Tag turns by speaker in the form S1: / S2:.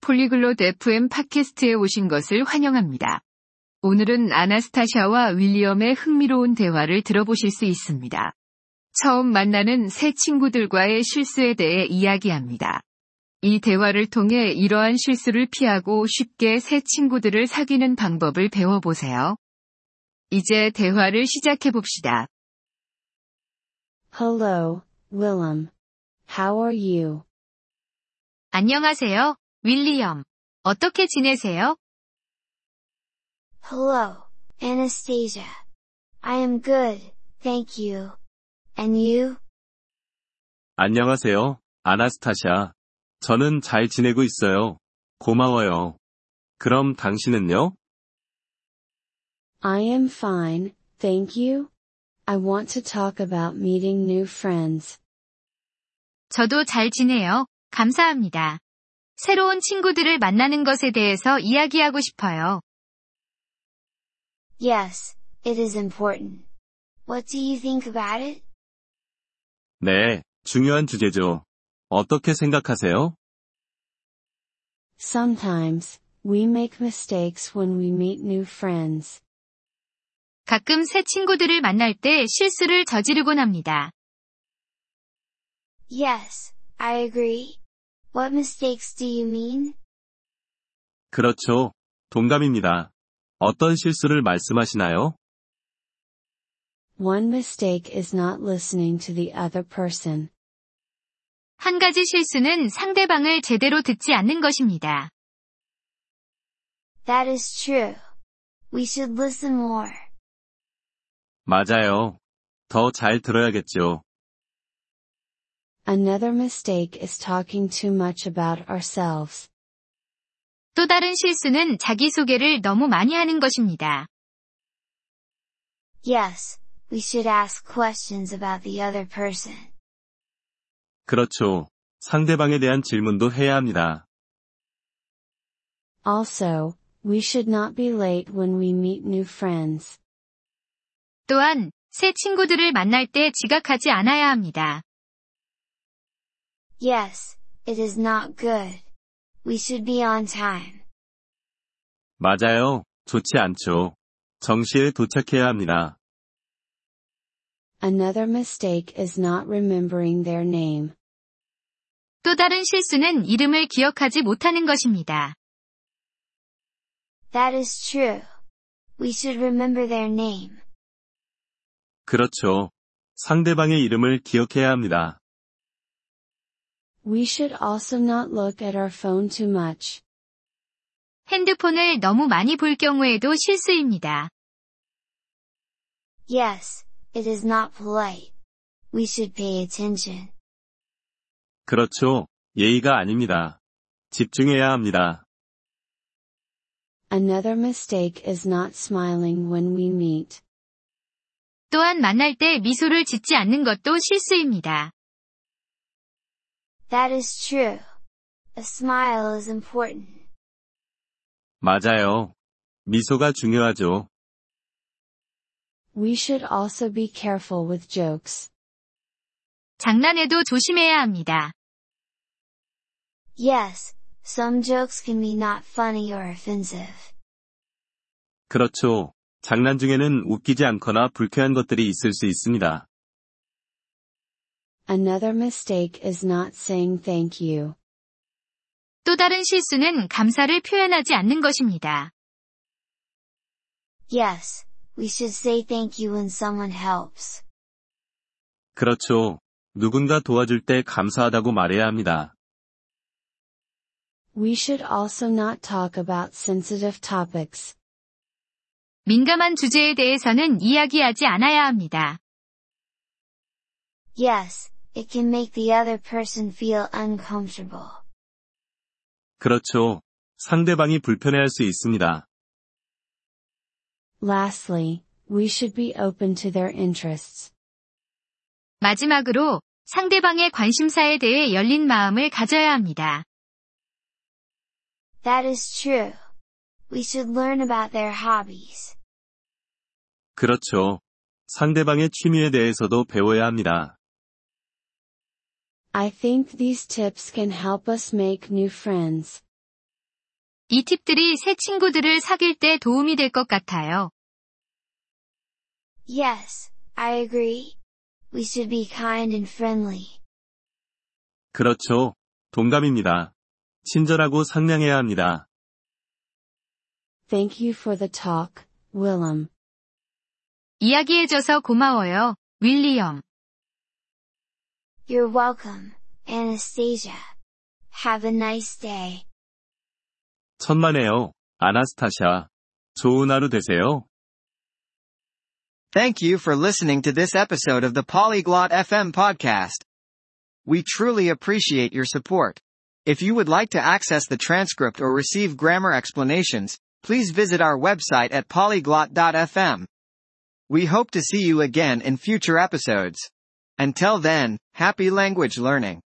S1: 폴리글롯 FM 팟캐스트에 오신 것을 환영합니다. 오늘은 아나스타샤와 윌리엄의 흥미로운 대화를 들어보실 수 있습니다. 처음 만나는 새 친구들과의 실수에 대해 이야기합니다. 이 대화를 통해 이러한 실수를 피하고 쉽게 새 친구들을 사귀는 방법을 배워보세요. 이제 대화를 시작해봅시다.
S2: Hello, Willem. How are you?
S1: 안녕하세요, 윌리엄. 어떻게 지내세요?
S3: Hello, Anastasia. I am good, thank you. And you?
S4: 안녕하세요, 아나스타샤. 저는 잘 지내고 있어요. 고마워요. 그럼 당신은요?
S2: I am fine, thank you. I want to talk about meeting new friends.
S1: 저도 잘 지내요. 감사합니다. 새로운 친구들을 만나는 것에 대해서 이야기하고 싶어요.
S3: Yes, it is important. What do you think about it?
S4: 네, 중요한 주제죠. 어떻게 생각하세요?
S2: Sometimes, we make mistakes when we meet new friends.
S1: 가끔 새 친구들을 만날 때 실수를 저지르곤 합니다.
S3: Yes, I agree. What mistakes do you mean?
S4: 그렇죠. 동감입니다. 어떤 실수를 말씀하시나요?
S2: One mistake is not listening to the other person.
S1: 한 가지 실수는 상대방을 제대로 듣지 않는 것입니다.
S3: That is true. We should listen more.
S4: 맞아요. 더 잘 들어야겠죠.
S2: Another mistake is talking too much about ourselves.
S1: 또 다른 실수는 자기소개를 너무 많이 하는 것입니다.
S3: Yes, we should ask questions about the other person.
S4: 그렇죠. 상대방에 대한 질문도 해야 합니다.
S2: Also, we should not be late when we meet new friends.
S1: 또한 새 친구들을 만날 때 지각하지 않아야 합니다.
S3: Yes, it is not good. We should be on time.
S4: 맞아요. 좋지 않죠. 정시에 도착해야 합니다.
S2: Another mistake is not remembering their name.
S1: 또 다른 실수는 이름을 기억하지 못하는 것입니다.
S3: That is true. We should remember their name.
S4: 그렇죠. 상대방의 이름을 기억해야 합니다.
S2: We should also not look at our phone too much.
S1: 핸드폰을 너무 많이 볼 경우에도 실수입니다.
S3: Yes, it is not polite. We should pay attention.
S4: 그렇죠. 예의가 아닙니다. 집중해야 합니다.
S2: Another mistake is not smiling when we meet.
S1: 또한 만날 때 미소를 짓지 않는 것도 실수입니다.
S3: That is true. A smile is important.
S4: 맞아요. 미소가 중요하죠.
S2: We should also be careful with jokes.
S1: 장난에도 조심해야 합니다.
S3: Yes, some jokes can be not funny or offensive.
S4: 그렇죠. 장난 중에는 웃기지 않거나 불쾌한 것들이 있을 수 있습니다.
S2: Another mistake is not saying thank you.
S1: 또 다른 실수는 감사를 표현하지 않는 것입니다.
S3: Yes, we should say thank you when someone helps.
S4: 그렇죠. 누군가 도와줄 때 감사하다고 말해야 합니다.
S2: We should also not talk about sensitive topics.
S1: 민감한 주제에 대해서는 이야기하지 않아야 합니다.
S3: Yes, it can make the other person feel uncomfortable.
S4: 그렇죠. 상대방이 불편해할 수 있습니다.
S2: Lastly, we should be open to their interests.
S1: 마지막으로 상대방의 관심사에 대해 열린 마음을 가져야 합니다.
S3: That is true. We should learn about their hobbies.
S4: 그렇죠. 상대방의 취미에 대해서도 배워야 합니다.
S2: I think these tips can help us make new friends.
S1: 이 팁들이 새 친구들을 사귈 때 도움이 될 것 같아요.
S3: Yes, I agree. We should be kind and friendly.
S4: 그렇죠. 동감입니다. 친절하고 상냥해야 합니다.
S2: Thank you for the talk, Willem.
S1: 이야기해줘서 고마워요, 윌리엄.
S3: You're welcome, Anastasia. Have a nice day.
S4: 천만에요. 아나스타샤. 좋은 하루 되세요.
S5: Thank you for listening to this episode of the Polyglot FM podcast. We truly appreciate your support. If you would like to access the transcript or receive grammar explanations, please visit our website at polyglot.fm. We hope to see you again in future episodes. Until then, happy language learning.